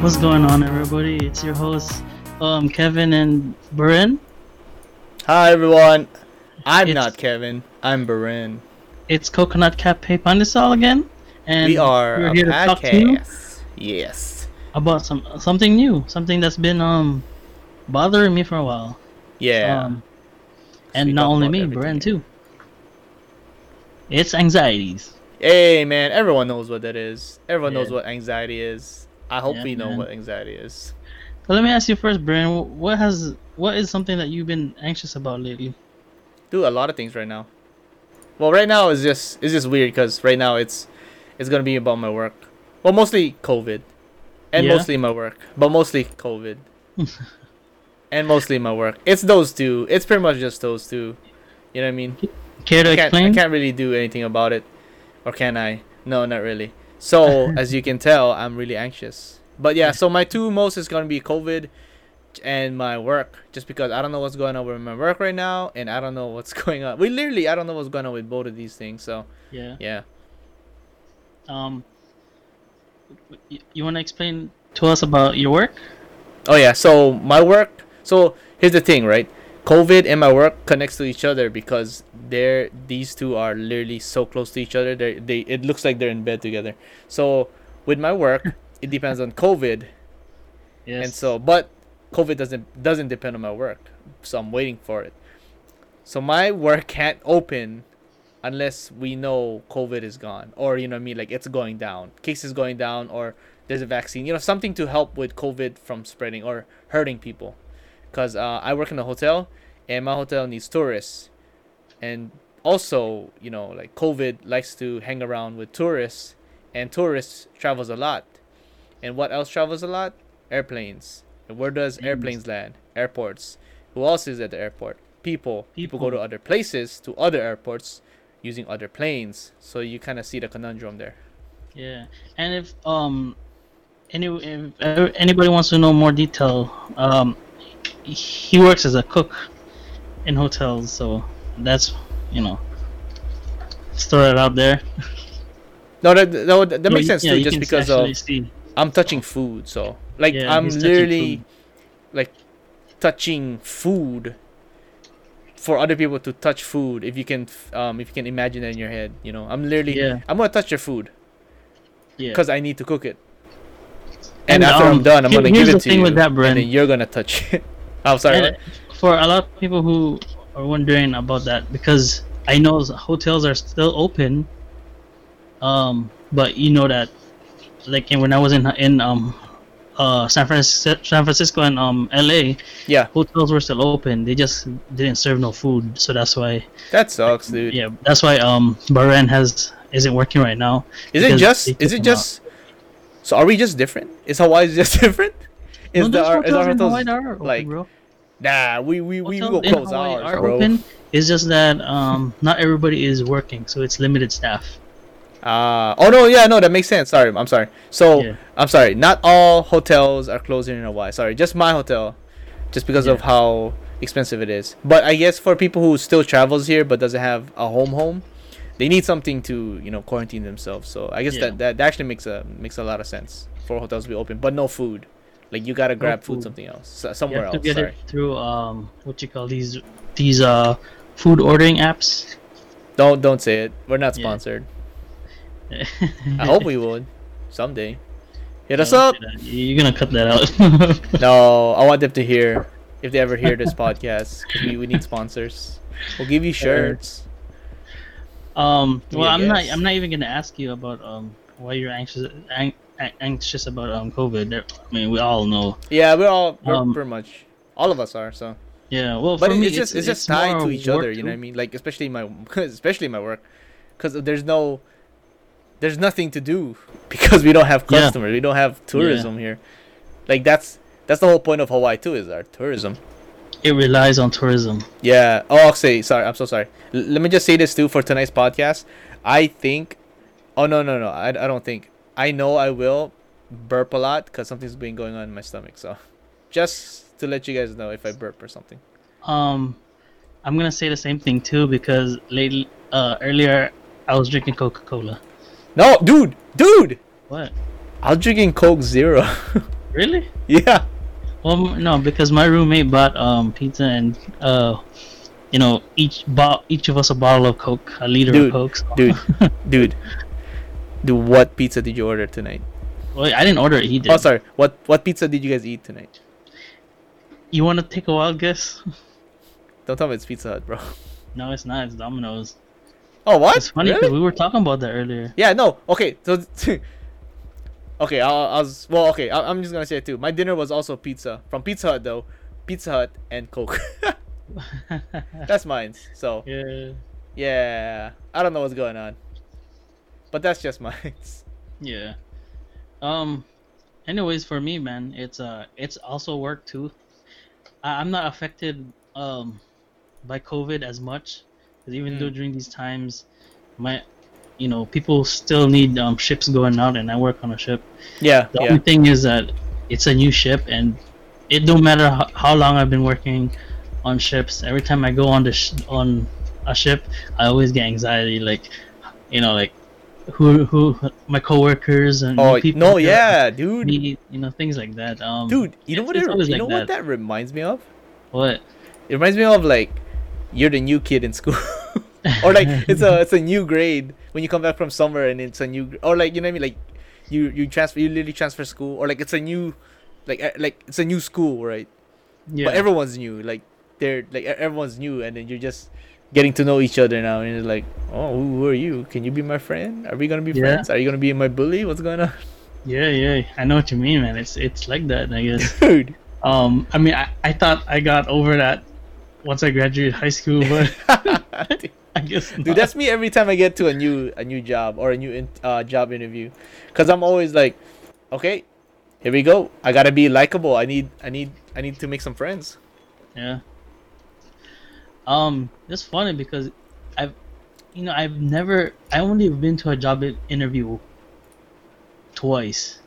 What's going on, everybody? It's your hosts, um, Kevin and Bren. Hi everyone. I'm It's- not Kevin. I'm Barin. It's Coconut Cafe Pandesal again, and we are we're a here to talk to you podcast. Yes. about some something new, something that's been um bothering me for a while. Yeah. Um, and We not talk only about me, everything Bren here. too. It's anxieties. hey man, everyone knows what that is. Everyone knows Yeah. what anxiety is. I hope Yeah, we know man. what anxiety is. So let me ask you first, Bren. What has what is something that you've been anxious about lately? Do a lot of things right now. Well, right now is just it's just weird because right now it's it's gonna be about my work. Well, mostly COVID, and Yeah. mostly my work, but mostly COVID, and mostly my work. It's those two. It's pretty much just those two. You know what I mean? Care to I can't, I explain? can't really do anything about it, or can I? No, not really. So as you can tell, I'm really anxious. But yeah, so my two most is gonna be COVID and my work, just because I don't know what's going on with my work right now, and I don't know what's going on. We literally, I don't know what's going on with both of these things. So Yeah. yeah, Um. You, you want to explain to us about your work? Oh yeah, so my work. So here's the thing, right? COVID and my work connects to each other because they're these two are literally so close to each other. They they it looks like they're in bed together. So with my work, it depends on COVID, Yes. and so but COVID doesn't doesn't depend on my work. So I'm waiting for it. So my work can't open unless we know COVID is gone, or you know what I mean, like it's going down, cases going down, or there's a vaccine, you know, something to help with COVID from spreading or hurting people. Cause uh, I work in a hotel, and my hotel needs tourists, and also you know like COVID likes to hang around with tourists, and tourists travels a lot, and what else travels a lot? Airplanes. And where does airplanes land? Airports. Who else is at the airport? People. People go People. to other places, to other airports, using other planes. So you kind of see the conundrum there. Yeah, and if um, any if uh, anybody wants to know more detail, um, he works as a cook in hotels, so that's you know, throw it out there. No, that that, would, that No, makes you- sense yeah, too, you just can because actually of see. I'm touching food. So like Yeah, I'm he's touching literally food. like touching food for other people to touch food. If you can, f- um, if you can imagine that in your head, you know, I'm literally Yeah. I'm gonna touch your food Yeah. because I need to cook it. And, And, after um, I'm done, I'm here- gonna give here's the it to thing you, with that, and Bren. then you're gonna touch it. I'm sorry. And for a lot of people who are wondering about that, because I know s- hotels are still open, um, but you know that, like in- when I was in in um, uh, San Francisco, San Francisco and um, L.A., Yeah, hotels were still open. They just didn't serve no food, so that's why. that sucks, dude. Yeah, that's why um, Bahrain has isn't working right now. Is it because just? they Is took it them out. just? So are we just different? Is Hawaii just different? Is No, the those our, is our in hotels Hawaii that are open, like bro. nah? We we we, we Hotels will in close Hawaii ours, are bro. open. It's just that um, not everybody is working, so it's limited staff. Ah, oh no, yeah, no, that makes sense. Sorry, I'm sorry. So Yeah. I'm sorry. Not all hotels are closing in Hawaii. Sorry, just my hotel, just because of Yeah. how expensive it is. But I guess for people who still travels here but doesn't have a home home, they need something to you know quarantine themselves. So I guess Yeah. that, that that actually makes a makes a lot of sense for hotels to be open, but no food. Like you gotta grab food, food. something else so- You somewhere have to else. get Sorry. it through um, what you call these these uh food ordering apps. Don't don't say it. We're not Yeah. sponsored. I hope we would someday. Hit us up. You're gonna cut that out. No, I want them to hear if they ever hear this podcast. 'cause We, we need sponsors. We'll give you shirts. Um. Yeah, Well, I'm not. yes. I'm not even gonna ask you about um why you're anxious an, an- anxious about um COVID. There- I mean, we all know. Yeah, we're all we're Um, pretty much all of us are. So, Yeah. Well, but for it- me, it's just it's, just tied more to each work other. You know what I mean? Like especially my especially my work, because there's no there's nothing to do because we don't have Yeah. customers. We don't have tourism here. Like that's that's the whole point of Hawaii too is our tourism. It relies on tourism. Yeah. Oh, say sorry. I'm so sorry. L- let me just say this too for tonight's podcast. I think. Oh no no no. I, I don't think. I know I will burp a lot because something's been going on in my stomach. So, just to let you guys know if I burp or something. Um, I'm gonna say the same thing too because lately, uh, earlier I was drinking Coca-Cola. No, dude, dude. What? I was drinking Coke Zero. Really? Yeah. Well, m- no, because my roommate bought um pizza and uh, you know, each bought each of us a bottle of Coke, a liter Dude, of Coke. so- dude, dude, dude. What pizza did you order tonight? Well, I didn't order it. He did. Oh, sorry. What what pizza did you guys eat tonight? You want to take a wild guess? Don't tell me it's Pizza Hut, bro. No, it's not. It's Domino's. Oh, what? It's funny because Really? we were talking about that earlier. Yeah. No. Okay. So. okay. I, I was well. Okay. I, I'm just gonna say it too. My dinner was also pizza from Pizza Hut though. Pizza Hut and Coke. that's mine. So yeah. yeah, I don't know what's going on, but that's just mine. Yeah. Um. Anyways, for me, man, it's uh, it's also work too. I- I'm not affected um by COVID as much, 'cause even Mm. though during these times, my, you know, people still need um ships going out, and I work on a ship. Yeah. The Yeah. only thing is that it's a new ship, and it don't matter how, how long I've been working on ships. Every time I go on the sh- on a ship, I always get anxiety. Like, you know, like who who my coworkers and Oh new people no. that Yeah, I dude. meet, you know things like that. Um, Dude, you it's- know what? it's it- always you like know what that. that reminds me of? what? It reminds me of like you're the new kid in school. or like it's a it's a new grade when you come back from somewhere and it's a new gr- or like you know what I mean like you you transfer you literally transfer school or like it's a new like uh, like it's a new school right Yeah, but everyone's new like they're like e- everyone's new and then you're just getting to know each other now and it's like oh who, who are you can you be my friend are we gonna be Yeah. friends are you gonna be my bully what's going on yeah, yeah. I know what you mean, man. It's it's like that, I guess. dude Um, I mean, I, I thought I got over that once I graduated high school, but I guess Dude, that's me every time I get to a new a new job or a new in, uh, job interview, because I'm always like, okay, here we go. I gotta be likable. I need I need I need to make some friends. Yeah. Um, it's funny because I've, you know, I've never, I only have been to a job i- interview twice.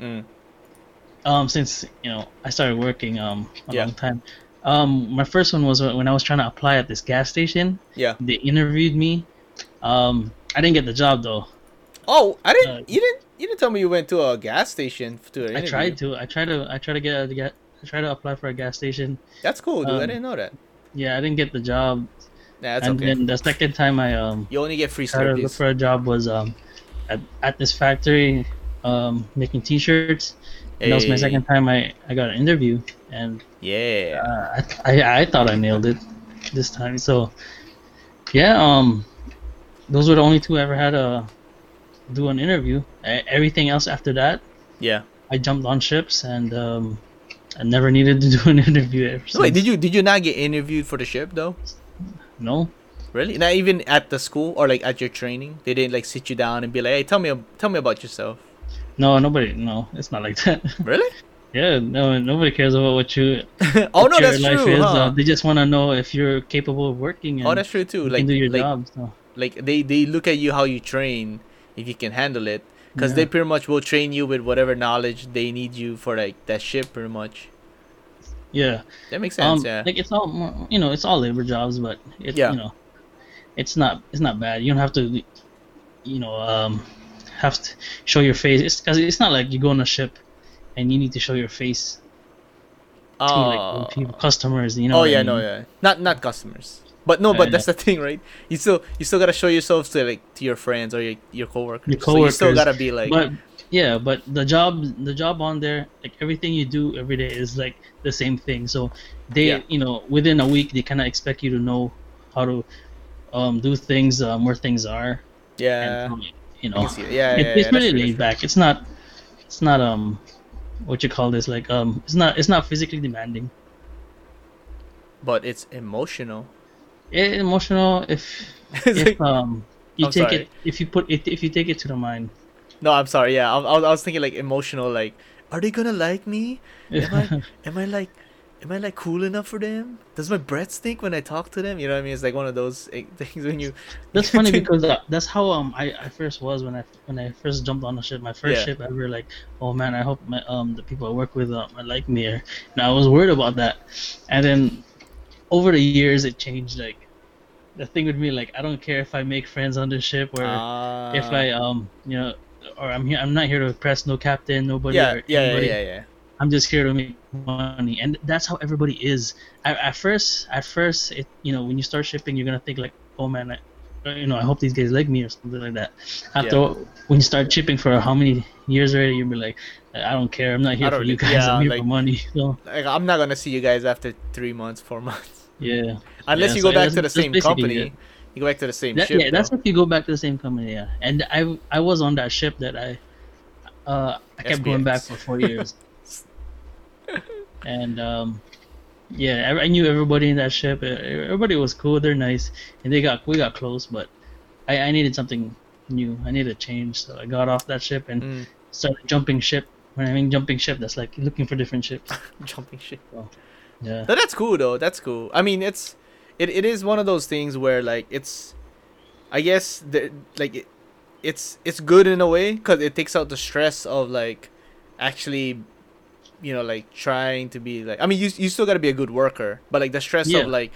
Mm. Um, since you know I started working um a Yeah. long time. Um, my first one was when I was trying to apply at this gas station. Yeah. They interviewed me. Um, I didn't get the job though. Oh, I didn't. Uh, you didn't. You didn't tell me you went to a gas station f- to an I interview. tried to. I tried to. I tried to get. a- to get I tried to apply for a gas station. That's cool, dude. I um, didn't know that. Yeah, I didn't get the job. Nah, that's and okay. then the second time I um you only get free tried to look slurpees. for a job was um at, at this factory um making t-shirts and that was my Hey, second time i i got an interview and Yeah. uh, I, I i thought i nailed it this time so yeah um those were the only two i ever had to do an interview E- everything else after that Yeah. i jumped on ships and um i never needed to do an interview ever So wait, since. did you did you not get interviewed for the ship though? no Really? Not even at the school or like at your training? They didn't like sit you down and be like, "Hey, tell me tell me about yourself." no nobody no it's not like that Really? yeah no nobody cares about what you oh what no, your that's life true. is, uh, huh? they just want to know if you're capable of working and Oh, that's true too. you Like can do your like, job. So. like they they look at you how you train, if you can handle it, because they Yeah. pretty much will train you with whatever knowledge they need you for like that ship pretty much. Yeah. That makes Um, sense. yeah. Like it's all more- you know, it's all labor jobs, but it's Yeah. you know, it's not it's not bad. You don't have to, you know, um, have to show your face. It's because it's not like you go on a ship and you need to show your face to Uh, like people, customers. You know. oh what I yeah, no, mean? yeah. Not not customers. But no, I but know. that's the thing, right? You still you still gotta show yourself to like to your friends or your your coworkers. Your So you still coworkers, gotta be like But yeah, but the job the job on there, like everything you do every day is like the same thing. So they Yeah. you know, within a week they kinda expect you to know how to um, do things, um, where things are yeah. and um, you I know can see it. Yeah, it, yeah, yeah, it's that's really true, that's laid true. back. It's not it's not um what you call this, like um it's not it's not physically demanding. But it's emotional. It, Eh, emotional if It's like- if um you I'm take sorry. it if you put it if you take it to the mind. No, I'm sorry. Yeah, I, I, was- I was thinking like emotional. Like, are they gonna like me? Am I, am I like, am I like cool enough for them? Does my breath stink when I talk to them? You know what I mean? It's like one of those eh, things when you. That's funny because uh, that's how um I, I first was when I when I first jumped on a ship. My first Yeah. ship ever, like, oh man, I hope my um the people I work with um are like me. Or, and I was worried about that, and then over the years it changed. Like the thing with me, like I don't care if I make friends on this ship or Ah. if I um you know or I'm here I'm not here to impress no captain nobody Yeah, or yeah, yeah, anybody. yeah, yeah. I'm just here to make money, and that's how everybody is. At, at first, at first, it, you know, when you start shipping, you're gonna think like, oh man, I, you know, I hope these guys like me or something like that. After Yeah. when you start shipping for how many years already, you'll be like, I don't care. I'm not here I don't for you really- guys. yeah, I'm here like- for money. So Like, I'm not gonna see you guys after three months, four months, yeah. unless Yeah, you so go it back doesn't- to the that's same basically company. it. You go back to the same That- ship. yeah, that's though. if you go back to the same company. Yeah, and I I was on that ship that I uh I kept going back SPX. for four years, and um yeah, I, I knew everybody in that ship. E- Everybody was cool. They're nice, and they got we got close, but I I needed something new. I needed a change, so I got off that ship and Mm, started jumping ship. When I mean jumping ship, that's like looking for different ships. jumping ship. Yeah, No, that's cool though. That's cool. I mean, it's it, it is one of those things where like it's, I guess the like it, it's it's good in a way because it takes out the stress of like actually, you know, like trying to be like. I mean, you you still gotta be a good worker, but like the stress Yeah. of like,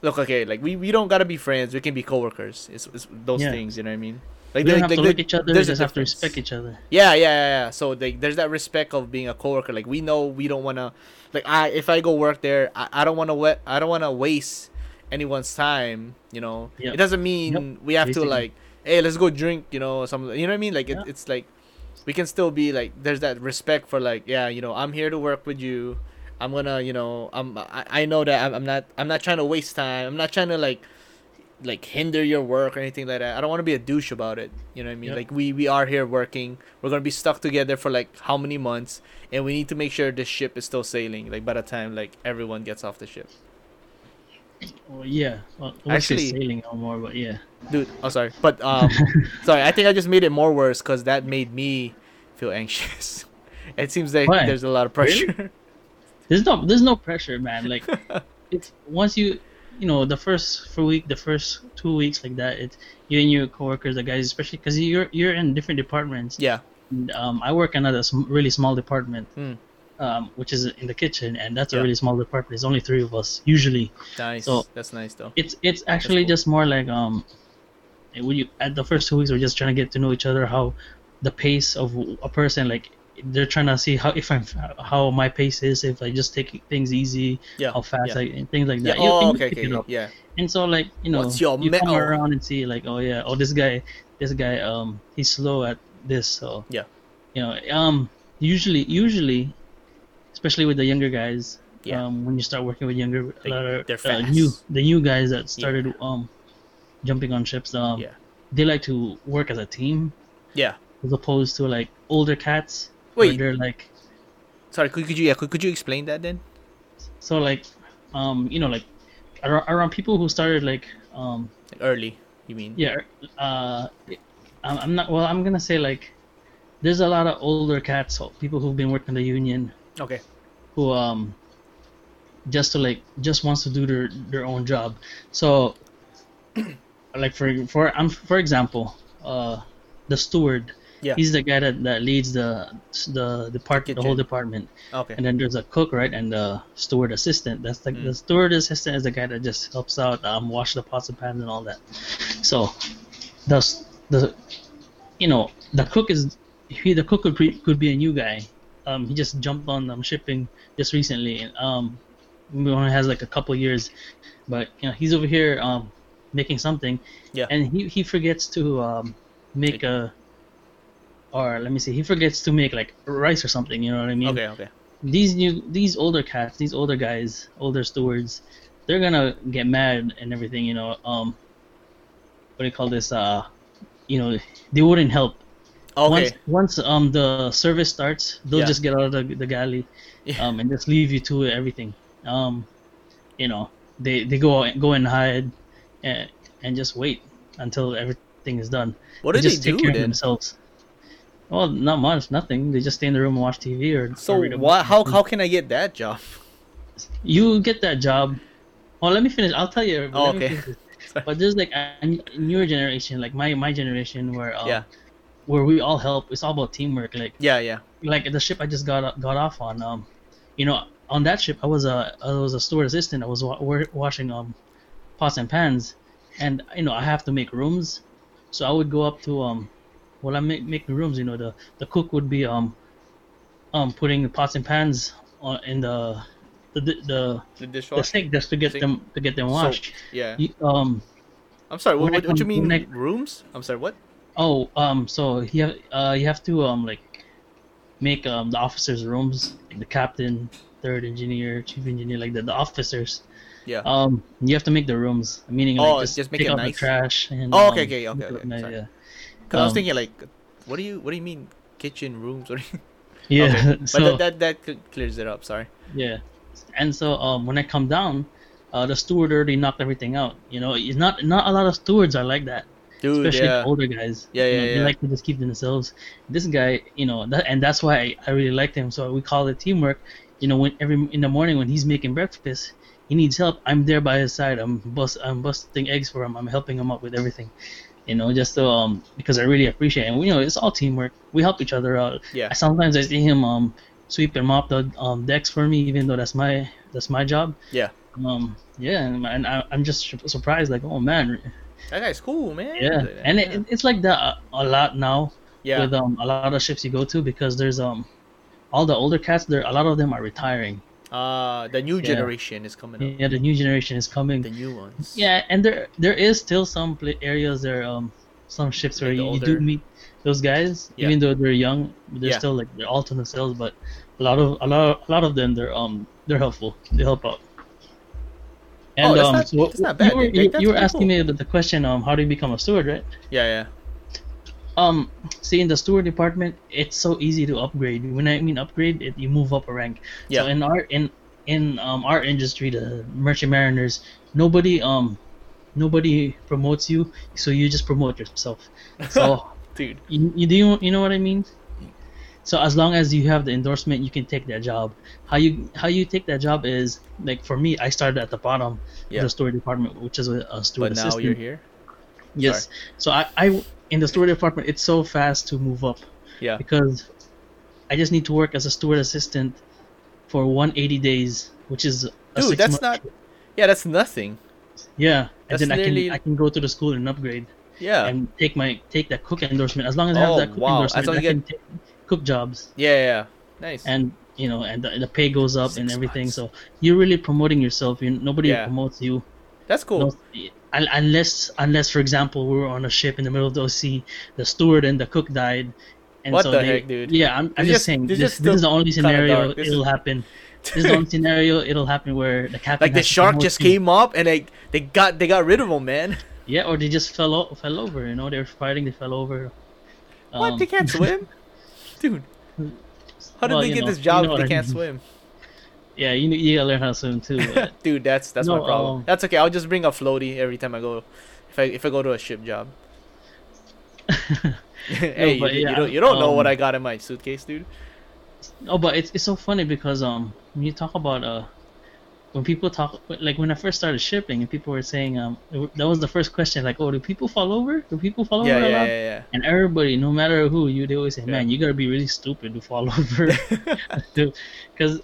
look, okay, like we, we don't gotta be friends. We can be coworkers. It's, it's those Yeah. things. You know what I mean? Like we don't there- have like, to there- like each other. We there's a just have to difference. respect each other. Yeah, yeah, yeah. yeah. So like, there's that respect of being a coworker. Like we know we don't wanna, like I if I go work there, I, I don't wanna wa- I don't wanna waste anyone's time. You know, Yep. it doesn't mean we have to Basically. like, hey, let's go drink. You know, or something. You know what I mean? Like it, Yeah. it's like we can still be like, there's that respect for like, yeah, you know, I'm here to work with you. I'm gonna, you know, I'm I, I know that I'm, I'm not I'm not trying to waste time. I'm not trying to like like hinder your work or anything like that. I don't want to be a douche about it. You know what I mean? Yep. Like we we are here working. We're gonna be stuck together for like how many months, and we need to make sure this ship is still sailing. Like by the time like everyone gets off the ship, Well, yeah, well, actually Actually- sailing no more, but yeah. dude. Oh sorry, but um, sorry. I think I just made it more worse because that made me feel anxious. It seems like Why? there's a lot of pressure. There's no there's no pressure, man. Like it's once you you know the first for week, the first two weeks like that. It's you and your coworkers, the guys, especially because you're you're in different departments. yeah. And, um, I work in another sm- really small department, Mm. um, which is in the kitchen, and that's a Yeah. really small department. There's only three of us usually. Nice. So- That's nice though. It's it's actually cool. just more like um, eh, when you at the first two weeks we're just trying to get to know each other, how the pace of a person like they're trying to see how if I'm how my pace is, if I just take things easy, Yeah. how fast yeah. like and things like Yeah. that. You- Oh, you okay, pick okay. it okay. up. Yeah. And so like you know, What's your you come metal? around and see like oh yeah, oh this guy, this guy um he's slow at this so Yeah. you know um usually usually, especially with the younger guys. Yeah. Um, when you start working with younger, a They- lot of they're uh, new fast. the new guys that started um jumping on ships um Yeah. they like to work as a team Yeah. as opposed to like older cats where Wait. they're like Sorry. Could, could you yeah could, could you explain that then? so like um you know like around, around people who started like um Like early. You mean? yeah uh I'm, I'm not well i'm gonna say like there's a lot of older cats so people who've been working the union Okay. who um just to like just wants to do their their own job so like for for um, for example uh the steward Yeah. he's the guy that, that leads the the department the whole Kitchen. department Okay. Mm. and then there's a cook right and the steward assistant that's the, the steward assistant is the guy that just helps out um wash the pots and pans and all that so the s- the you know the cook is he the cook could be, could be a new guy um he just jumped on um shipping just recently and um he only has like a couple years but you know he's over here um making something Yeah. and he he forgets to um make a or let me see he forgets to make like rice or something you know what i mean Okay. Okay. these new these older cats these older guys older stewards they're gonna get mad and everything you know um what do you call this uh you know they wouldn't help Okay. once once um the service starts they'll Yeah. just get out of the, the galley Yeah. um and just leave you to everything um you know they they go out go and hide and and just wait until everything is done What do they they just take do care of then? themselves well not much nothing they just stay in the room and watch tv or or So read a book. why, how how can I get that job? you get that job. Well, let me finish. I'll tell you. Oh, let me okay. finish this. But there's like a a newer generation, like my my generation, where um, Yeah. where we all help. It's all about teamwork. Like Yeah, yeah. like the ship I just got got off on. Um, you know, on that ship I was a I was a steward assistant. I was wa- wa- washing um pots and pans, and you know I have to make rooms, so I would go up to um, well I make make the rooms. You know the the cook would be um um putting the pots and pans on in the the the, the, The the dishwasher. sink just to get Sink. them to get them So- washed. yeah. You- um I'm sorry. when What, I what, what you come- mean when I- rooms? I'm sorry. What? oh um so he uh you have to um like make um the officers' rooms like the captain, third engineer, chief engineer, like the, the officers. Yeah. Um, you have to make the rooms. Meaning, like, Oh, just, just make take it out nice? the trash and. Oh, um, okay, okay, okay, make it look okay, nice, sorry. Yeah, Because I was um, thinking like, what do you what do you mean kitchen rooms? What do you- yeah. But so that, that that cl- clears it up. Sorry. yeah, and so um, when I come down, uh, the steward already knocked everything out. You know, it's not not a lot of stewards are like that, Dude, especially the yeah. older guys. Yeah, you yeah, know, They yeah. like to just keep to themselves. This guy, you know, that, and that's why I, I really liked him. So we call it teamwork. You know, when every in the morning when he's making breakfast. He needs help. I'm there by his side. I'm bust. I'm busting eggs for him. I'm helping him up with everything, you know. Just so um, because I really appreciate. It. And you know, it's all teamwork. We help each other out. Yeah. I- sometimes I see him um sweep and mop the um, decks for me, even though that's my that's my job. Yeah. Um. Yeah, and, and I, I'm just su- surprised, like, oh man, That guy's cool, man. yeah. And uh, yeah. it, it's like that a, a lot now yeah. with um a lot of ships you go to because there's um all the older cats there a lot of them are retiring. Uh, the new Yeah. generation is coming up. Yeah, the new generation is coming. The new ones. Yeah, and there there is still some pla areas there um some ships where Like the you, you do older- meet those guys Yeah. even though they're young they're Yeah. still like they're all to themselves but a lot of a lot a lot of them they're um they're helpful they help out. And Oh, that's um not- so that's not bad. you were, Like, you, that's you were pretty asking cool. me about the question um how do you become a steward right? Yeah, yeah. Um see in the steward department it's so easy to upgrade when I mean upgrade it, you move up a rank. Yeah. So in our in in um, our industry, the merchant mariners, nobody um nobody promotes you, so you just promote yourself. So Dude. you, you do you, you know what I mean? So as long as you have the endorsement, you can take that job. How you how you take that job is like for me, I started at the bottom Yeah. of the store department, which is a, a steward But now assistant. you're here. Yes. So I, I in the steward department, it's so fast to move up Yeah. because I just need to work as a steward assistant for 180 days, which is a six Dude, that's month- not. Yeah, that's nothing. yeah. that's and then I can nearly- I can go to the school and upgrade Yeah. and take my take that cook endorsement. As long as I have Oh, that cook wow. endorsement, As I long as you can take cook jobs Yeah, yeah, yeah. Nice. and you know and the, the pay goes up and Six everything. months. So you're really promoting yourself. You nobody Yeah. promotes you. that's cool. No- un- unless unless for example we were on a ship in the middle of the sea, the steward and the cook died. And What so the they, heck, dude? Yeah, I'm, I'm This just is- saying this this, this, is still is the only kinda scenario dark. This it'll is- happen. This is the only scenario it'll happen where the captain like the has to shark promote just you. came up and like they got they got rid of him, man. Yeah, or they just fell o- fell over. You know, they were fighting, they fell over. what? They can't swim, dude. Um, How did well, they you get know- this you job know if what I they can't mean. swim? Yeah, you you gotta learn how to swim too. but- Dude, that's that's my No, problem. um, that's okay. I'll just bring a floaty every time I go. If I if I go to a ship job. hey, but you, you yeah, don't you don't know what um, I got in my suitcase, dude. Oh, but it's, it's so funny because um when you talk about uh when people talk like when I first started shipping and people were saying um that was the first question like oh do people fall over do people fall Yeah, over a yeah, lot? yeah, and everybody no matter who you they always say Yeah. man you gotta be really stupid to fall over yeah. because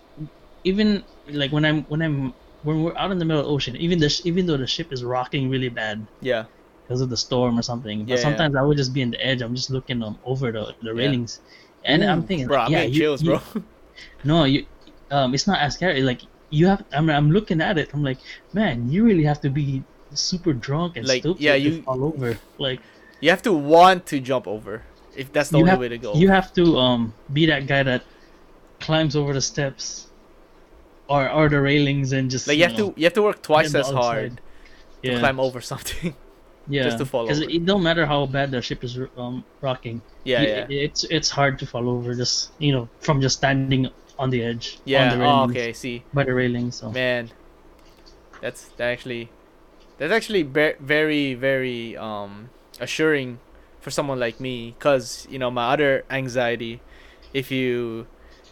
even like when I'm when I'm when we're out in the middle of the ocean even the sh- even though the ship is rocking really bad yeah. because of the storm or something Yeah, but yeah. sometimes I would just be in the edge I'm just looking um, over the, the railings and I'm Ooh, thinking bro, like, I'm yeah, getting you- chills, you- bro. no, you, um, it's not as scary. Like you have, I'm, I'm looking at it. I'm like, man, you really have to be super drunk and Like, stupid yeah, to you- fall over. Like You have to want to jump over. If that's the you only have, way to go. you have to um be that guy that climbs over the steps, or or the railings and just like you have know, to you have to work twice the as hard outside. to yeah, climb over something. yeah, just to fall Because over. it don't matter how bad the ship is um rocking. yeah, It- yeah. it- it's it's hard to fall over just you know from just standing on the edge. Yeah. On the Oh, railings, okay. See, By the railings. So. man, that's that actually, that's actually be- very, very um assuring for someone like me, cause you know my other anxiety, if you,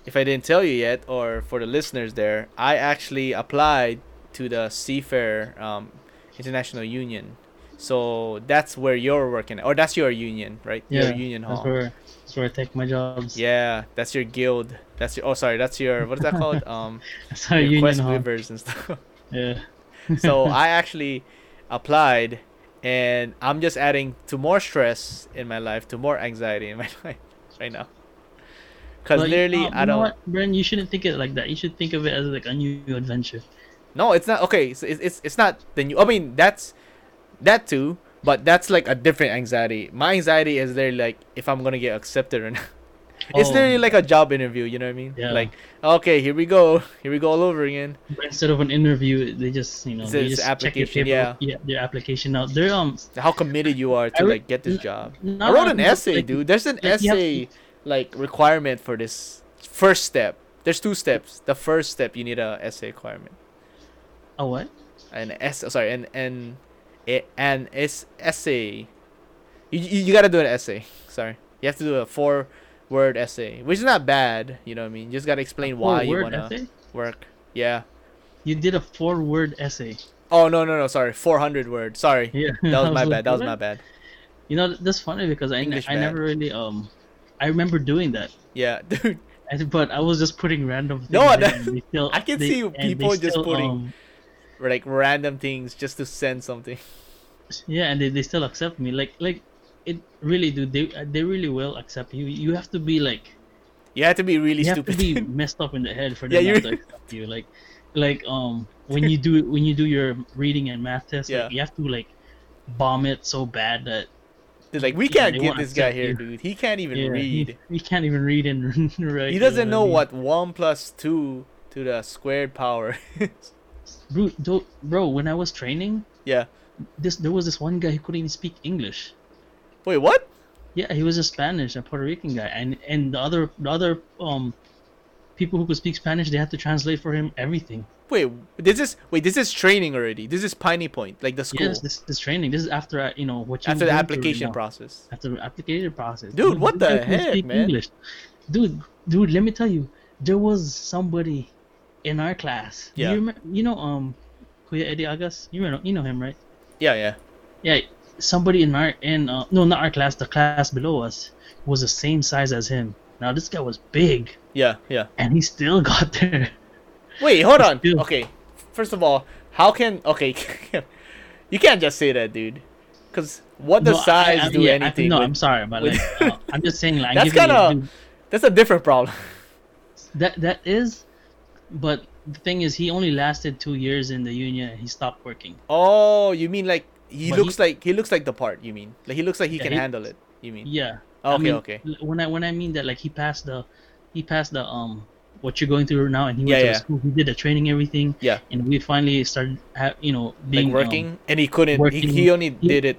if I didn't tell you yet, or for the listeners there, I actually applied to the Seafair um, International Union. So that's where you're working, at, or that's your union, right? your union hall. That's where, that's where I take my jobs. Yeah, that's your guild. That's your. Oh, sorry, that's your. What is that called? Um, That's how your union quest hall. weavers and stuff. Yeah. so I actually applied, and I'm just adding to more stress in my life, to more anxiety in my life right now. Because But you- literally, uh, you I know don't. what, Bren, you shouldn't think it like that. You should think of it as like a new adventure. No, it's not okay. So it's, it's it's not the new. I mean, that's that too, but that's like a different anxiety. My anxiety is there like if I'm gonna get accepted or not. It's Oh. literally like a job interview. You know what I mean? Yeah. Like okay, here we go. Here we go all over again. But instead of an interview, they just you know It's- they it's just check your application, paper, yeah, their application out. They're um How committed you are to I re- like get this job. I not wrote an like- essay, like- dude. There's an like, you have to- essay like requirement for this first step. There's two steps. The first step you need a essay requirement. A what? an essay. Sorry, an an a- an es- essay. You, you you gotta do an essay. Sorry, you have to do a four word essay, which is not bad. You know what I mean? You just gotta explain why you Four-word wanna essay? work. Yeah. You did a four-word essay. Oh no no no! Sorry, four hundred words. Sorry, Yeah, that I was my like, bad. That was "What?" my bad. You know that's funny because I, English I bad. never really um I remember doing that. Yeah, dude. I th- but I was just putting random things. No, in that- and they still- I can they- see you and they people just still, um, putting- Like random things just to send something. yeah, and they, they still accept me. Like like it really do. They uh, they really will accept you. You have to be like You have to be really you have to stupid. be messed up in the head for Yeah, them you not to accept you. Like like um when you do when you do your reading and math test, Yeah. like, you have to like bomb it so bad that They're like, we Yeah, can't they get won't this guy accept here, you. dude. He can't even yeah, read. He, he can't even read and write. he you doesn't know I mean? what one plus two to the squared power. is. Bro, do, bro, when I was training, yeah. this there was this one guy who couldn't even speak English. Wait, what? Yeah, he was a Spanish, a Puerto Rican guy, and and the other the other um people who could speak Spanish, they had to translate for him everything. Wait, this is wait, this is training already. This is Piney Point, like the school. Yes, this this training. This is after uh, you know what you after the going through right application now. process. After the application process. Dude, what this guy the couldn't heck, speak man? English. Dude, dude, let me tell you, there was somebody in our class. Do Yeah. You, remember, you know um, Kuya Eddie Agas. You know you know him, right? Yeah, yeah. Yeah, somebody in our in uh, no not our class, the class below us was the same size as him. Now this guy was big, Yeah, yeah. and he still got there. Wait, hold on. Dude. Okay. First of all, how can okay You can't just say that, dude. Cuz what does No, I- size I- do yeah, I- anything? no, with- I'm sorry, but with- like, uh, I'm just saying like I'm That's giving you- kinda- That's a different problem. that that is, but the thing is, he only lasted two years in the union, and he stopped working. Oh, you mean like he But looks like he looks like the part, you mean? Like he looks like he Yeah, can he- handle it, you mean? Yeah. Okay, I mean, okay. l- When I when I mean that, like he passed the, he passed the um, what you're going through now, and he went Yeah, to yeah. the school. He did the training, everything. Yeah. And we finally started, ha- you know, Like being um, working and he couldn't he, working- he only he- did it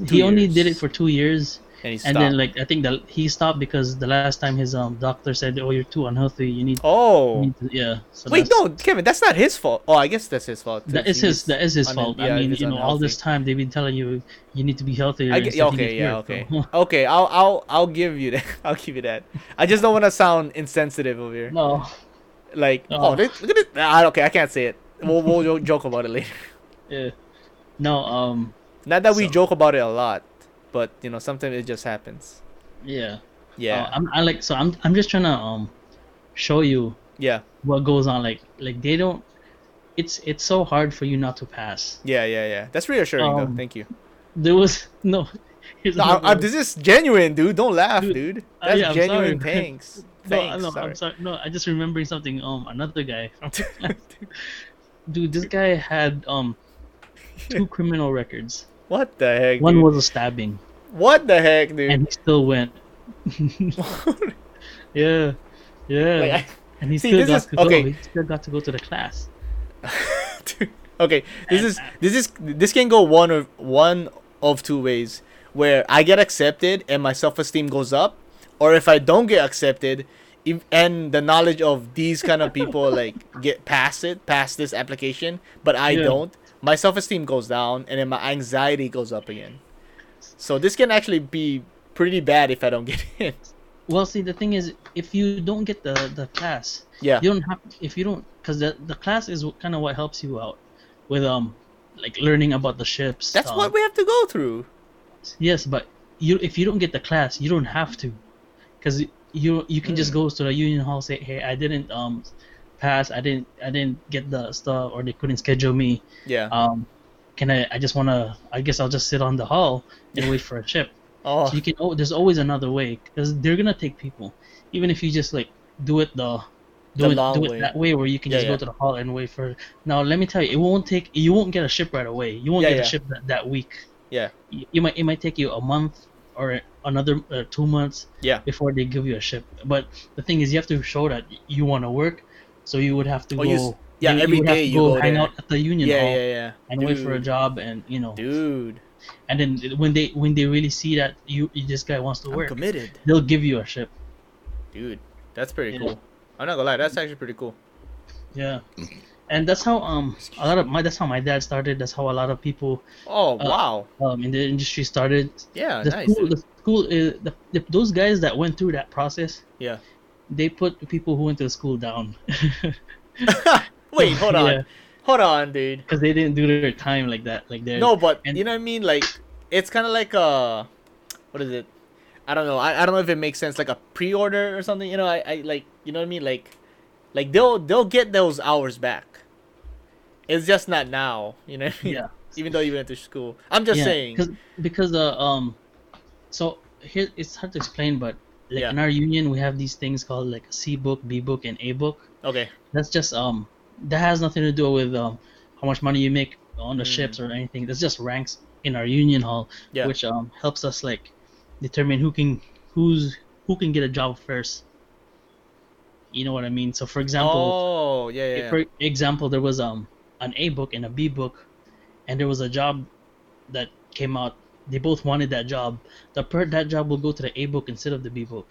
he two only did it years. for two years, and he and stopped. then like I think that he stopped because the last time his um doctor said, "Oh, you're too unhealthy. You need." oh. need to-" Yeah. So Wait, that's- no, Kevin, that's not his fault. Oh, I guess that's his fault. That since is he his. was That is his un- fault. yeah, I he mean, was you know, all this unhealthy. time they've been telling you you need to be healthier. I and get, stuff, you okay, get yeah, hurt, okay, so- okay. I'll, I'll, I'll give you that. I'll give you that. I just don't want to sound insensitive over here. no. Like, oh, No. this, look at it. Ah, okay, I can't say it. We'll, we'll jo- joke about it later. Yeah. No. Um. Not that we So- joke about it a lot, but you know, sometimes it just happens. Yeah. Uh, Yeah, I'm. I like. So I'm. I'm just trying to um, show you yeah, what goes on. Like. Like they don't. It's. It's so hard for you not to pass. yeah, yeah, yeah. That's reassuring, though. Um, Thank you. There was no. Here's No, I, I, another- this is genuine, dude. Don't laugh, Dude, dude. uh, That's yeah, I'm genuine. sorry. Thanks. No, Thanks. no, sorry. I'm sorry. No, I just remembering something. Um, another guy. Dude, this guy had um, two criminal records. What the heck? One dude? was a stabbing, What the heck, dude? and he still went. Yeah, yeah. Like, I- and he See, still this got is- to okay. go. He still got to go to the class. Dude, okay, this is this is this can go one of one of two ways. Where I get accepted and my self esteem goes up, or if I don't get accepted, if, and the knowledge of these kind of people like get past it, past this application, but I Yeah. don't, my self esteem goes down and then my anxiety goes up again. So this can actually be pretty bad if I don't get in. Well, see, the thing is, if you don't get the the class, Yeah. you don't have. If you don't, because the the class is kind of what helps you out with um, like learning about the ships. That's um, what we have to go through. Yes, but you if you don't get the class, you don't have to, because you you can Mm. just go to the union hall say, hey, I didn't um pass, I didn't I didn't get the stuff, or they couldn't schedule me. Yeah. Um, can I? I just wanna. I guess I'll just sit on the hall and wait for a ship. Oh, So you can. Oh, there's always another way because they're gonna take people. even if you just like do it the do The it, long do it way. that way where you can Yeah, just yeah. go to the hall and wait for now let me tell you it won't take you won't get a ship right away you won't get Yeah, yeah. a ship that, that week Yeah. Y- you might it might take you a month or another uh, two months Yeah. before they give you a ship but the thing is you have to show that you want to work so you would have to Oh, go you s- yeah, you, every you would have day to you go go hang there. out at the union yeah, hall yeah, yeah. and wait for a Dude. job and you know Dude, and then when they when they really see that you this guy wants to I'm work committed. they'll give you a ship Dude, that's pretty Yeah. cool. I'm not gonna lie, that's actually pretty cool. Yeah, and that's how um a lot of my that's how my dad started. That's how a lot of people Oh Uh, wow, um in the industry started. yeah, The Ah, nice. school, dude. the school, uh, the, the, those guys that went through that process, Yeah. they put the people who went to school down Wait, hold on, Yeah. hold on, dude. because they didn't do their time like that. Like they No, but and- you know what I mean. Like, it's kind of like a, what is it? I don't know. I, I don't know if it makes sense. Like a pre-order or something. You know, I, I like you know what I mean. Like, like they'll they'll get those hours back. It's just not now. You know. What I mean? yeah, Even though you went to school, I'm just yeah, saying. because because uh, um, so here it's hard to explain, but like Yeah. in our union we have these things called like C book, B book, and A book. Okay. that's just um that has nothing to do with um how much money you make on the ships or anything that's just ranks in our union hall Mm. Yeah. which um helps us like determine who can who's who can get a job first you know what i mean so for example oh yeah yeah. yeah. for example there was um an a book and a b book and there was a job that came out they both wanted that job the per that job will go to the a book instead of the b book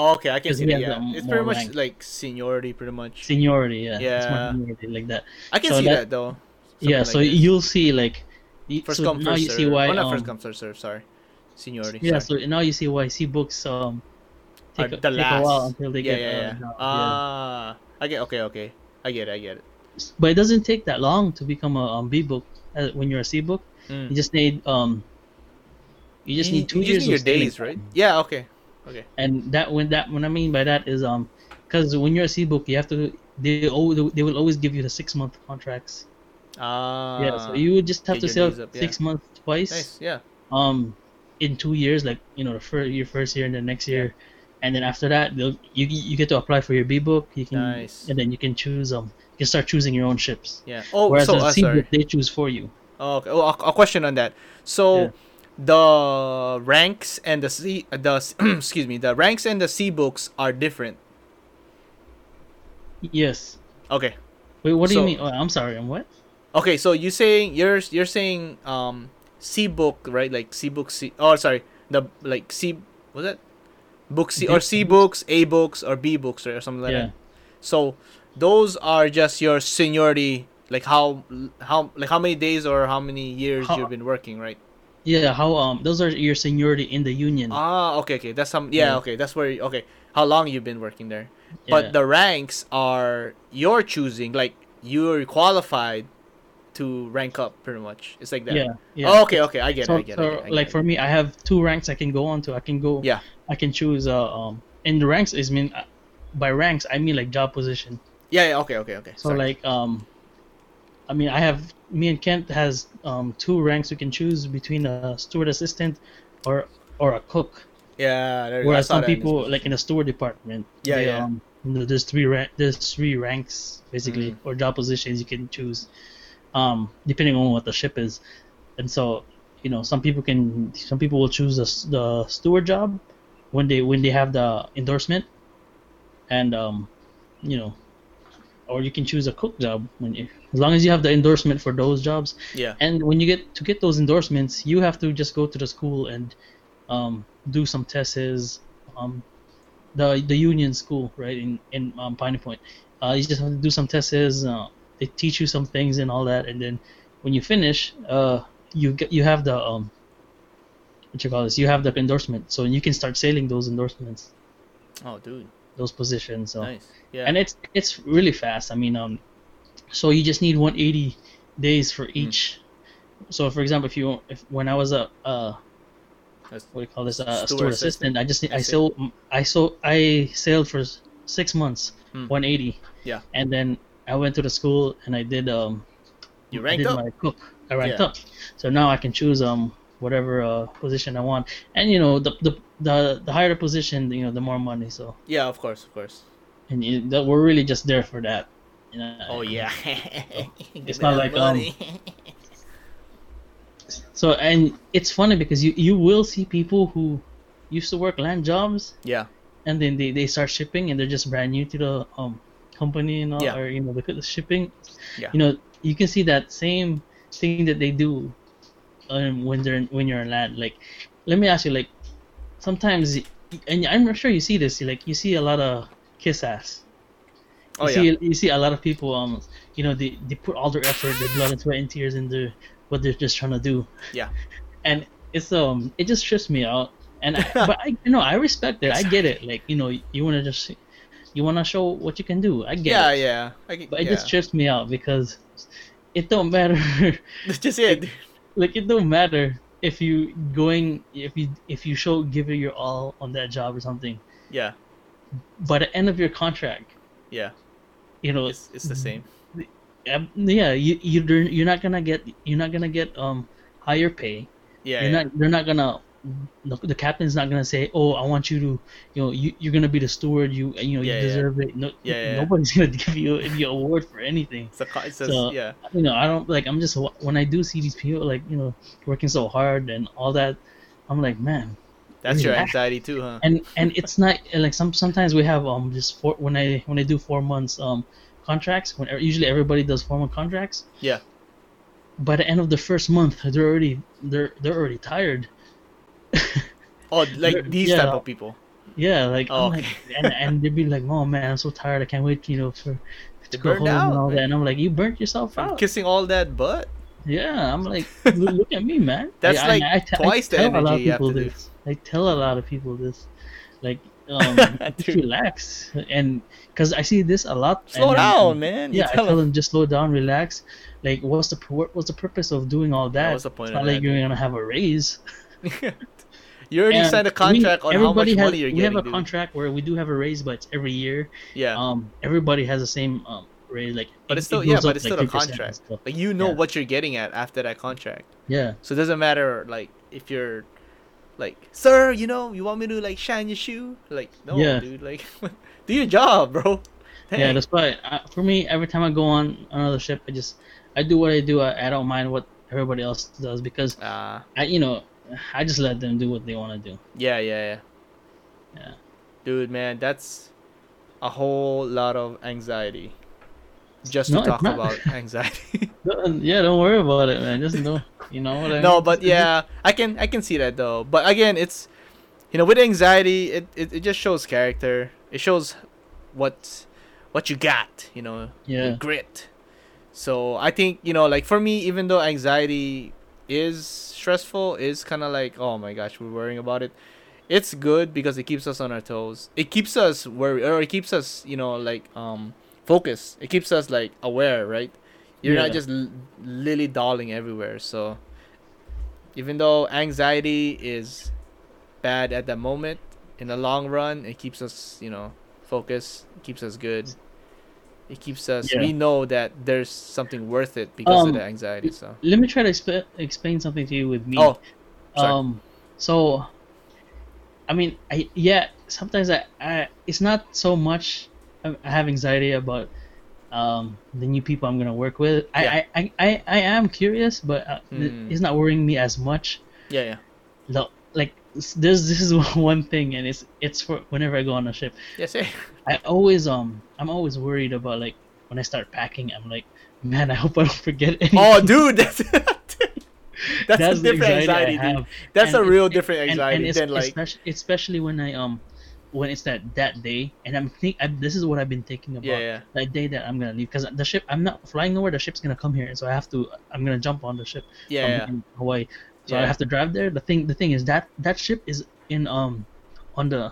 Oh, okay, I can 'Cause see we that. have Yeah, the it's pretty more much rank. like seniority, pretty much. seniority yeah, it's Yeah. seniority, like that I can so see that- that, though. yeah, Something so like this. you'll see like y- first so come now first you serve. see why oh, not um, first come first serve. Sorry, seniority. yeah, sorry. so now you see why C books um Are take, a, the take last. a while until they yeah, get yeah, uh, yeah. job, Ah, I get. Okay, okay. I get. it, I get it. yeah. but it doesn't take that long to become a um, B book uh, when you're a C book. Mm. You just need um you just need two you years just need your of standing days, time. right? Yeah. Okay. Okay. And that when that what I mean by that is um because when you're a C book, you have to they always, they will always give you the six month contracts. Ah. yeah, so you would just have to get sell your days up, yeah. six months twice. Nice. Yeah. um in two years like you know the first your first year and the next year and then after that they'll, you you get to apply for your b book you can Nice. and then you can choose um you can start choosing your own ships Yeah. Oh, whereas so the uh, c book sorry. they choose for you Oh, okay. Oh, a, a question on that. So. Yeah. The ranks and the C, the excuse me, the ranks and the C books are different. yes Okay, wait what do So- you mean oh, i'm sorry i'm what Okay, so you saying you're you're saying um C book right like C book C oh sorry the like C was that book C or C books A books or B books right, or something like yeah that. So those are just your seniority like how how like how many days or how many years How- you've been working right? yeah how um those are your seniority in the union Ah okay okay that's some yeah, Mm. Yeah. okay that's where you- okay how long you've been working there. Yeah. But the ranks are your choosing like you're qualified to rank up pretty much. It's like that. yeah yeah Oh, okay, okay, I get it. so, I get it. so, I get it, like I for get me i have two ranks i can go on to i can go it. yeah. i can choose uh, um in the ranks is mean uh, by ranks i mean like job position yeah, yeah, okay, okay, okay. So Sorry. like um, I mean I have me and Kent has um two ranks we can choose between a steward assistant, or or a cook. yeah, there you go. I Whereas some saw that in this people book. like in the steward department, Yeah, yeah. Um, you know, there's three ra- there's three ranks basically Mm. or job positions you can choose, um depending on what the ship is, and so you know some people can some people will choose the, s- the steward job when they when they have the endorsement and um you know or you can choose a cook job when you, as long as you have the endorsement for those jobs yeah, and when you get to get those endorsements you have to just go to the school and um, do some tests um, the the union school right in in um, Piney Point uh, you just have to do some tests uh, they teach you some things and all that and then when you finish uh, you get you have the um, what you call this you have the endorsement so you can start selling those endorsements oh, dude, those positions so nice, yeah, and it's it's really fast. I mean, um, so you just need 180 days for Hmm. each. So, for example, if you if when I was a uh, That's- what do you call this Steward uh, steward assistant. assistant, I just I I see. sold I sold I sailed for s- six months, Hmm. 180. Yeah. And then I went to the school and I did um you I ranked did up, my cook. I ranked Yeah. up. So now I can choose um whatever uh, position I want. And you know, the the the, the higher the position, you know, the more money. So Yeah, of course, of course. and you, that, we're really just there for that. You know? Oh yeah. It's not like, um, So and it's funny because you you will see people who used to work land jobs Yeah. and then they, they start shipping and they're just brand new to the um company and all Yeah. or you know look at the shipping Yeah. you know you can see that same thing that they do um, when they're when you're in land like let me ask you like sometimes y- and i'm sure you see this you like you see a lot of kiss ass you Oh see yeah. you see a lot of people um you know they, they put all their effort their blood and sweat and tears into what they're just trying to do Yeah. and it's um it just trips me out and I, but i you know i respect it i get it like you know you want to just you want to show what you can do i get Yeah, it yeah. I get, but it yeah. just trips me out because it don't matter That's just it. like it don't matter if you going if you if you show give it your all on that job or something Yeah. by the end of your contract Yeah. you know It's it's the mm-hmm. same. Um, yeah you you don't- you're not gonna get you're not gonna get um higher pay Yeah. you're yeah. not they're not gonna the, the captain's not gonna say oh i want you to you know you, you're gonna be the steward you you know Yeah, yeah. you deserve it no Yeah, yeah, yeah. nobody's gonna give you any award for anything It's a co- it's a, So- yeah. you know i don't like i'm just when i do see these people like you know working so hard and all that i'm like man That's your relax. anxiety too, huh? and and it's not and, like some sometimes we have um just four when I when I do four months um contracts when usually everybody does four month contracts. Yeah. By the end of the first month, they're already they're they're already tired. Oh, like You're- these yeah. type of people. Yeah, like, Oh, I'm like and and they'd be like, "Oh man, I'm so tired. I can't wait, you know, for to They go home burned out, and all that." man. And I'm like, "You burnt yourself From out." kissing all that butt. Yeah, I'm like, "Look- "Look at me, man." That's Yeah, like and I te- I twice the tell a lot energy of you have people to do. this. I tell a lot of people this, like, um, just Dude. relax, and because I see this a lot. Slow and- down, man. You Yeah, I tell tell 'em. them just slow down, relax. Like, what's the pur- what's the purpose of doing all that? what's the point it's of not that, like you're gonna have a raise. You already And signed a we- contract on how much everybody has- money you're we getting. have a dude. contract where we do have a raise, but it's every year. Yeah, Um, everybody has the same um raise. Like, but it- it's it still yeah, goes but up, it's like, still a 3% and contract. stuff. Like you know Yeah. what you're getting at after that contract. Yeah, So it doesn't matter like if you're like, sir, you know, you want me to like shine your shoe? Like, no, Yeah. dude, like do your job, bro. yeah. Dang. That's why uh, for me, every time I go on another ship, I just I do what I do. I, I don't mind what everybody else does because Ah, I you know I just let them do what they want to do. yeah, yeah, yeah. Yeah. Dude, man, that's a whole lot of anxiety. Just No, to it's talk not. about anxiety. Don't- Uh, Yeah, don't worry about it, man. Just don't. You know what I mean? no, but yeah, I can I can see that though. But again, it's you know, with anxiety, it, it, it just shows character. It shows what what you got, you know, Yeah. grit. So I think you know, like for me, even though anxiety is stressful, is kind of like oh my gosh, we're worrying about it. It's good because it keeps us on our toes. It keeps us worry, or it keeps us you know like um focused. It keeps us like aware, right? You're not Yeah. just l- lily dolling everywhere. So even though anxiety is bad at the moment, in the long run, it keeps us you know focused. It keeps us good it keeps us Yeah. we know that there's something worth it because of Um, the anxiety so Let me try to exp- explain something to you with me. oh sorry. Um, so, I mean, I yeah. Sometimes I, I it's not so much I I have anxiety about um, the new people I'm gonna work with. I, Yeah. I, I, I, I am curious, but uh, th- Hmm. it's not worrying me as much. yeah yeah No, like s- there's this is one thing, and it's it's for whenever I go on a ship. yes eh? I always um I'm always worried about like when I start packing. I'm like, man, I hope I don't forget anything. oh dude that's that's, a the different anxiety, I dude have. that's a And- real different And, anxiety and it's, than like especially, especially when I um when it's that that day and I'm think I, this is what I've been thinking about yeah yeah that day that I'm gonna leave because the ship I'm not flying nowhere the ship's gonna come here so I have to I'm gonna jump on the ship yeah, from yeah. in Hawaii so Yeah. I have to drive there the thing the thing is that that ship is in um on the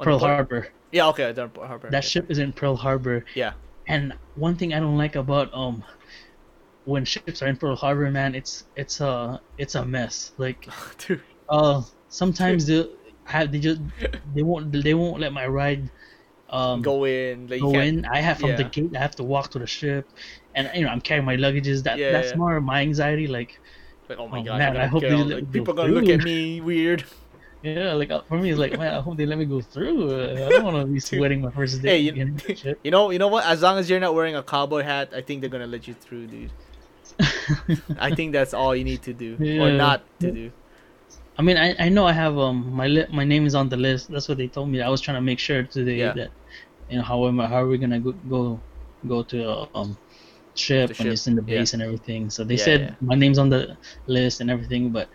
On Pearl the port- Harbor yeah okay on Pearl Harbor that okay. ship is in Pearl Harbor. Yeah. And one thing I don't like about um when ships are in Pearl Harbor, man, it's it's a it's a mess. Like dude uh sometimes they have they just they won't they won't let my ride um go, go in like you can't- in. I have from the yeah. gate I have to walk to the ship and you know I'm carrying my luggages. That Yeah, that's yeah. more my anxiety like Like, oh my Oh, god, man, I, I hope hope they let like, me people go gonna look at through. me weird. Yeah, like uh, for me, it's like, man, I hope they let me go through. Uh, I don't want to be sweating my first day. Hey, you, again. Shit. you know, you know what? As long as you're not wearing a cowboy hat, I think they're gonna let you through, dude. I think that's all you need to do, or Yeah. not to do. I mean, I, I know I have um my li- my name is on the list. That's what they told me. I was trying to make sure today Yeah. that you know how am I, how are we gonna go go, go to uh, um ship To and ship, it's in the yeah. base and everything. So they Yeah, said yeah. my name's on the list and everything, but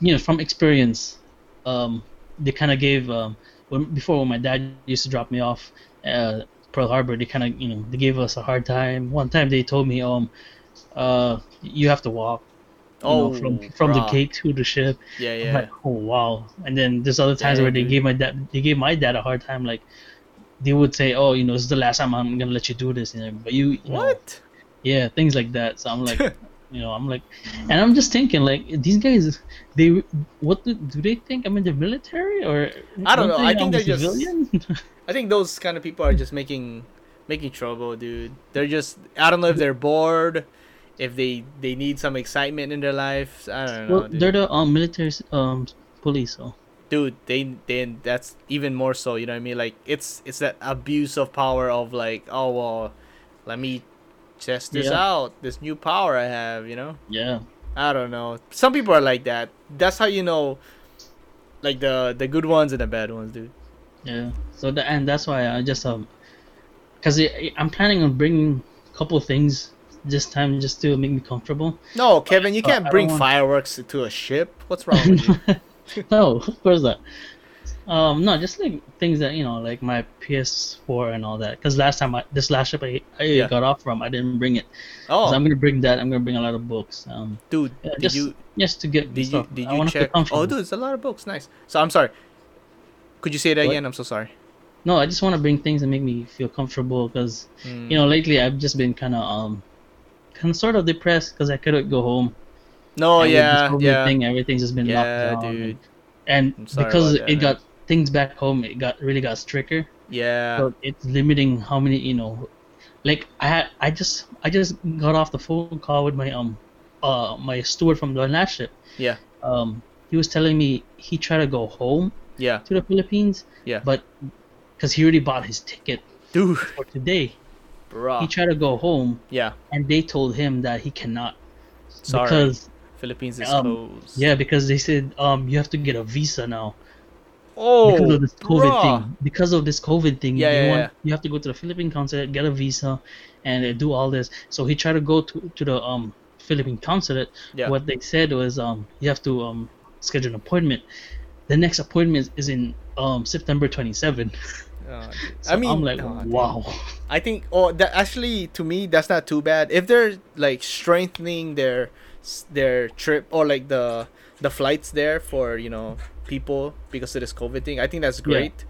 you know from experience, um they kind of gave um when before when my dad used to drop me off uh Pearl Harbor they kind of you know they gave us a hard time. One time they told me um uh you have to walk. You Oh, know, from from the bruh. gate to the ship, Yeah, I'm yeah. like, oh wow. And then there's other times Yeah, where they dude. gave my dad, they gave my dad a hard time. Like, they would say, oh, you know, this is the last time I'm gonna let you do this. And but you, you know, What? yeah, things like that. So I'm like, you know, I'm like, and I'm just thinking, like, these guys, they, what do, do they think? I'm in the military or I don't know. I think I'm think a they're just- civilian? I think those kind of people are just making making trouble, dude. They're just I don't know if they're bored, if they they need some excitement in their lives. I don't know, well, dude. they're the um military s- um police. So dude. They then that's even more so. You know what I mean? Like it's it's that abuse of power of like oh well, let me test this Yeah. out. This new power I have. You know. yeah, I don't know. Some people are like that. That's how you know, like the the good ones and the bad ones, dude. yeah. So that and that's why I just um, cause I, I'm planning on bringing a couple things this time just to make me comfortable. No, Kevin, you But Uh, I can't don't bring want- fireworks to a ship. What's wrong with you? no, of course not. Um, no, just like things that you know, like my PS4 and all that. Because last time, I, this last ship I, I Yeah. got off from, I didn't bring it. Oh, So I'm gonna bring that. I'm gonna bring a lot of books. Um, dude, yeah, did just you just to get did you stuff. did I you wanna feel check? comfortable. Oh, dude, it's a lot of books. Nice. So I'm sorry. Could you say that What? again? I'm so sorry. No, I just want to bring things that make me feel comfortable. Because Mm, you know, lately I've just been kind of um, kind of sort of depressed because I couldn't go home. And no, with this Oh, yeah, COVID yeah, Thing, everything's just been yeah, locked down. dude, And, I'm and sorry because about that, it man. got things back home, it got really got stricter. yeah, so it's limiting how many you know like i had i just i just got off the phone call with my um uh my steward from the last ship yeah, um he was telling me he tried to go home yeah, to the philippines Yeah. but because he already bought his ticket dude, for today he bro, tried to go home yeah. and they told him that he cannot Sorry, because Philippines is um, closed. yeah because they said um you have to get a visa now Oh, because of this COVID bruh. thing. Because of this COVID thing, Yeah, you, yeah, want, yeah. you have to go to the Philippine consulate, get a visa, and uh, do all this. So he tried to go to, to the um Philippine consulate. Yeah. What they said was um you have to um schedule an appointment. The next appointment is in um September 27. Oh, dude. So I mean, I'm like, oh, dude. wow. I think, oh, that actually to me that's not too bad. If they're like strengthening their s- their trip or like the the flights there for you know people because of this COVID thing, I think that's great.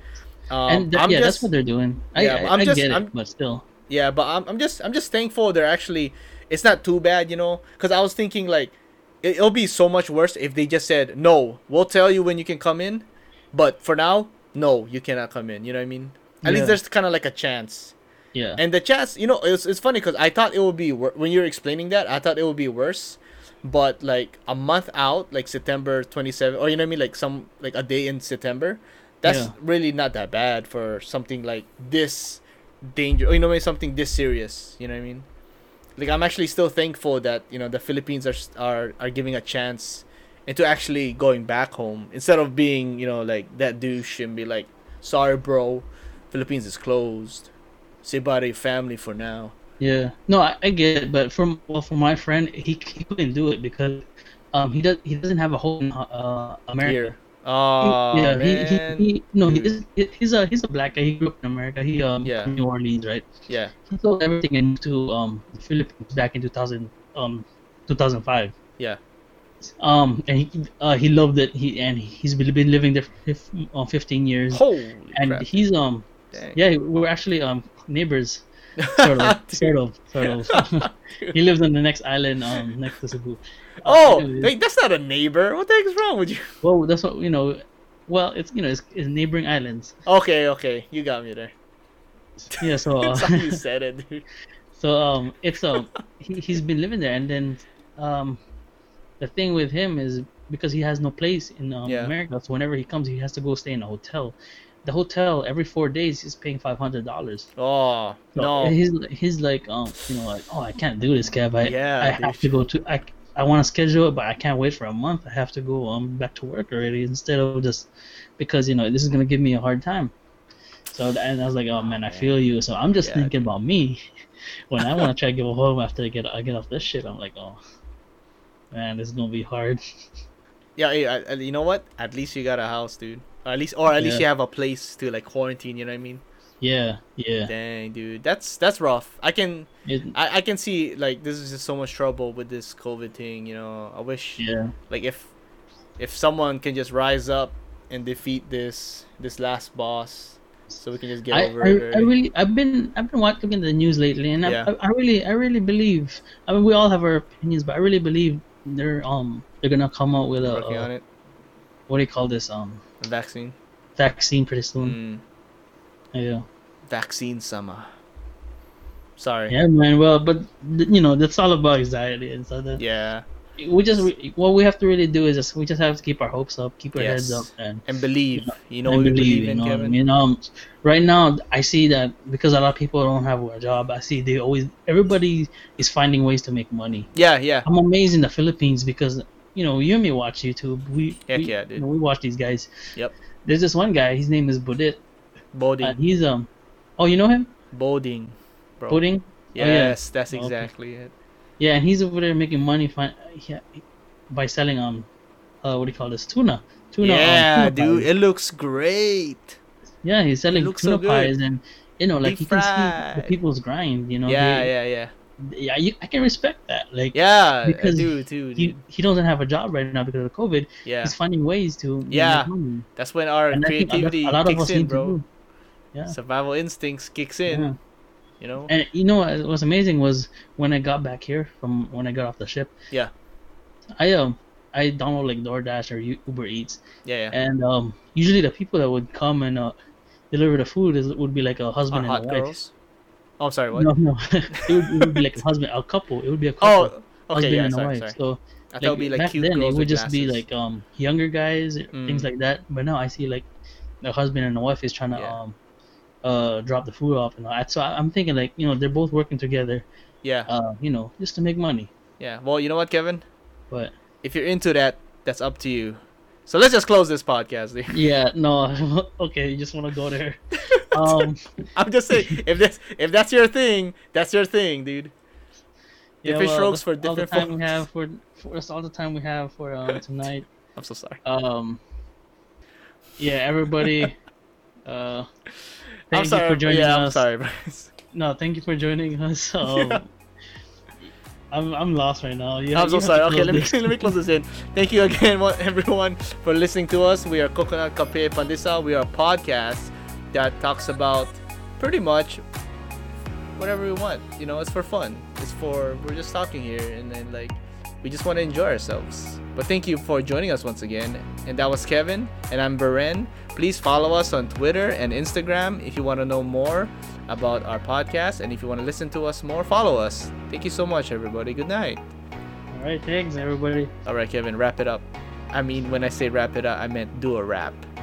Um, and th- I'm yeah, just, that's what they're doing. I, Yeah, I, I I'm just- get it, I'm- but still. yeah, but I'm, I'm just I'm just thankful they're actually it's not too bad, you know, because I was thinking like it, it'll be so much worse if they just said no, we'll tell you when you can come in, but for now, no, you cannot come in. You know what I mean? At Yeah. least there's kind of like a chance. Yeah. And the chance, you know, it's, it's funny because I thought it would be wor- when you're explaining that, I thought it would be worse. But like a month out, like September 27, or you know what I mean, like some like a day in September, that's Yeah. really not that bad for something like this danger, or you know what I mean, something this serious. You know what I mean? Like I'm actually still thankful that you know the Philippines are s- are are giving a chance into actually going back home instead of being you know like that douche and be like, sorry, bro, Philippines is closed say bye to your family for now. Yeah, no, I, I get it, but from well, for my friend, he, he couldn't do it because um he does he doesn't have a home uh America. Here. Oh yeah, man. he, he, he no, Dude. he's, he's a he's a black guy. He grew up in America. He um Yeah. from New Orleans, right? yeah. He sold everything and moved to um the Philippines back in 2000 um 2005. Yeah. Um, and he uh, he loved it. He and he's been been living there for fif- uh, 15 years. Holy and crap. he's um Dang. yeah, we're actually um neighbors, sort of, sort of, sort of. he lives on the next island, um, next to Cebu. Uh, Oh, anyways, wait, that's not a neighbor. What the heck is wrong with you? well, that's what you know. Well, it's you know, it's, it's neighboring islands. Okay, okay, you got me there. Yeah, so uh, That's how you said it, dude. so um, it's um, he he's been living there, and then um, the thing with him is because he has no place in um, Yeah. America, so whenever he comes, he has to go stay in a hotel. The hotel every four days he's paying five hundred dollars. Oh no. he's he's like um you know like oh I can't do this, Kev. I Yeah, I have dude. to go to I I want to schedule it, but I can't wait for a month. I have to go um back to work already instead of just because you know this is gonna give me a hard time. So th- and I was like, oh man, I feel you. So I'm just Yeah, thinking about me when I want to try to go home after I get I get off this shit. I'm like, oh man, this is gonna be hard. Yeah, hey, I- I- you know what? At least you got a house, dude. Or at least, or at least Yeah. you have a place to like quarantine. You know what I mean? Yeah, yeah. Dang, dude, that's that's rough. I can, It, I, I can see like this is just so much trouble with this COVID thing. You know, I wish yeah, like if if someone can just rise up and defeat this this last boss, so we can just get I, over I, it. I already. really I've been I've been wa- looking at the news lately, and I- Yeah. I, I really I really believe. I mean, we all have our opinions, but I really believe they're um they're gonna come out with a, working on a it. what do you call this um A vaccine. vaccine pretty soon. Mm, Yeah. vaccine summer. Sorry. Yeah, man. Well, but th- you know, that's all about anxiety, and so that yeah. we just re- what we have to really do is just we just have to keep our hopes up, keep our heads up, Yes. and And believe. You know I what we believe in, you know, Kevin. You know, um, right now I see that because a lot of people don't have a job. I see they always everybody is finding ways to make money. Yeah, yeah. I'm amazed in the Philippines because you know you and me watch YouTube. We we, Heck yeah, dude. you know, we watch these guys. Yep. There's this one guy. His name is Budit, Boding. and he's um. Oh, you know him, Boding, bro. Buding. Oh, yeah. Yes, that's Okay. exactly it. Yeah, and he's over there making money fin- yeah, by selling um, uh, what do you call this tuna? Tuna. um, yeah, tuna dude, pies. it looks great. Yeah, he's selling looks tuna so good. pies, and you know, like Deep you can see the fried. people's grind. You know. yeah, they- yeah, yeah, yeah, you, I can respect that. Like, yeah, uh, Because dude, dude, he, dude. he doesn't have a job right now because of COVID. yeah. He's finding ways to Yeah. make money. That's when our And I think a lot- creativity a lot of kicks us in, need to bro. do. Yeah. Survival instincts kicks in. Yeah. You know. And you know what was amazing was when I got back here from when I got off the ship. Yeah. I um I download like DoorDash or U- Uber Eats, yeah, yeah. and um usually the people that would come and uh, deliver the food is, would be like a Our husband hot and a wife. girls. Oh, sorry. What? No, no, it would, it would be like a husband, a couple. It would be a couple. oh, husband okay. Yeah, and a sorry, wife. sorry. So I thought it'd be like back cute then, girls it with would just be glasses. like um younger guys, Mm. things like that. But now I see like the husband and the wife is trying to Yeah. um uh drop the food off and all that. So I, I'm thinking like you know they're both working together, Yeah, uh you know just to make money. yeah. Well, you know what, Kevin? But If you're into that, that's up to you. So let's just close this podcast. dude. yeah, no, okay, you just want to go there. um, I'm just saying, if that's if that's your thing, that's your thing, dude. yeah, Different well, that's strokes for all the different time we folks. have for, for that's all the time we have for um, tonight. I'm so sorry. Um, yeah, everybody. Uh, thank I'm sorry. you for bro. joining yeah, us. I'm sorry, Bryce. No, thank you for joining us. Um, Yeah. I'm, I'm lost right now. You, I'm you have so to sorry. Okay, close let me this. let me close this in. Thank you again, wa- everyone, for listening to us. We are Coconut Cafe Pandisa. We are a podcast that talks about pretty much whatever we want. You know, it's for fun. It's for we're just talking here, and then like we just want to enjoy ourselves. But thank you for joining us once again. And that was Kevin, and I'm Beren. Please follow us on Twitter and Instagram if you want to know more about our podcast, and if you want to listen to us more, follow us. Thank you so much, everybody. Good night. All right, thanks everybody. All right, Kevin, wrap it up. I mean, when I say wrap it up, I meant do a wrap.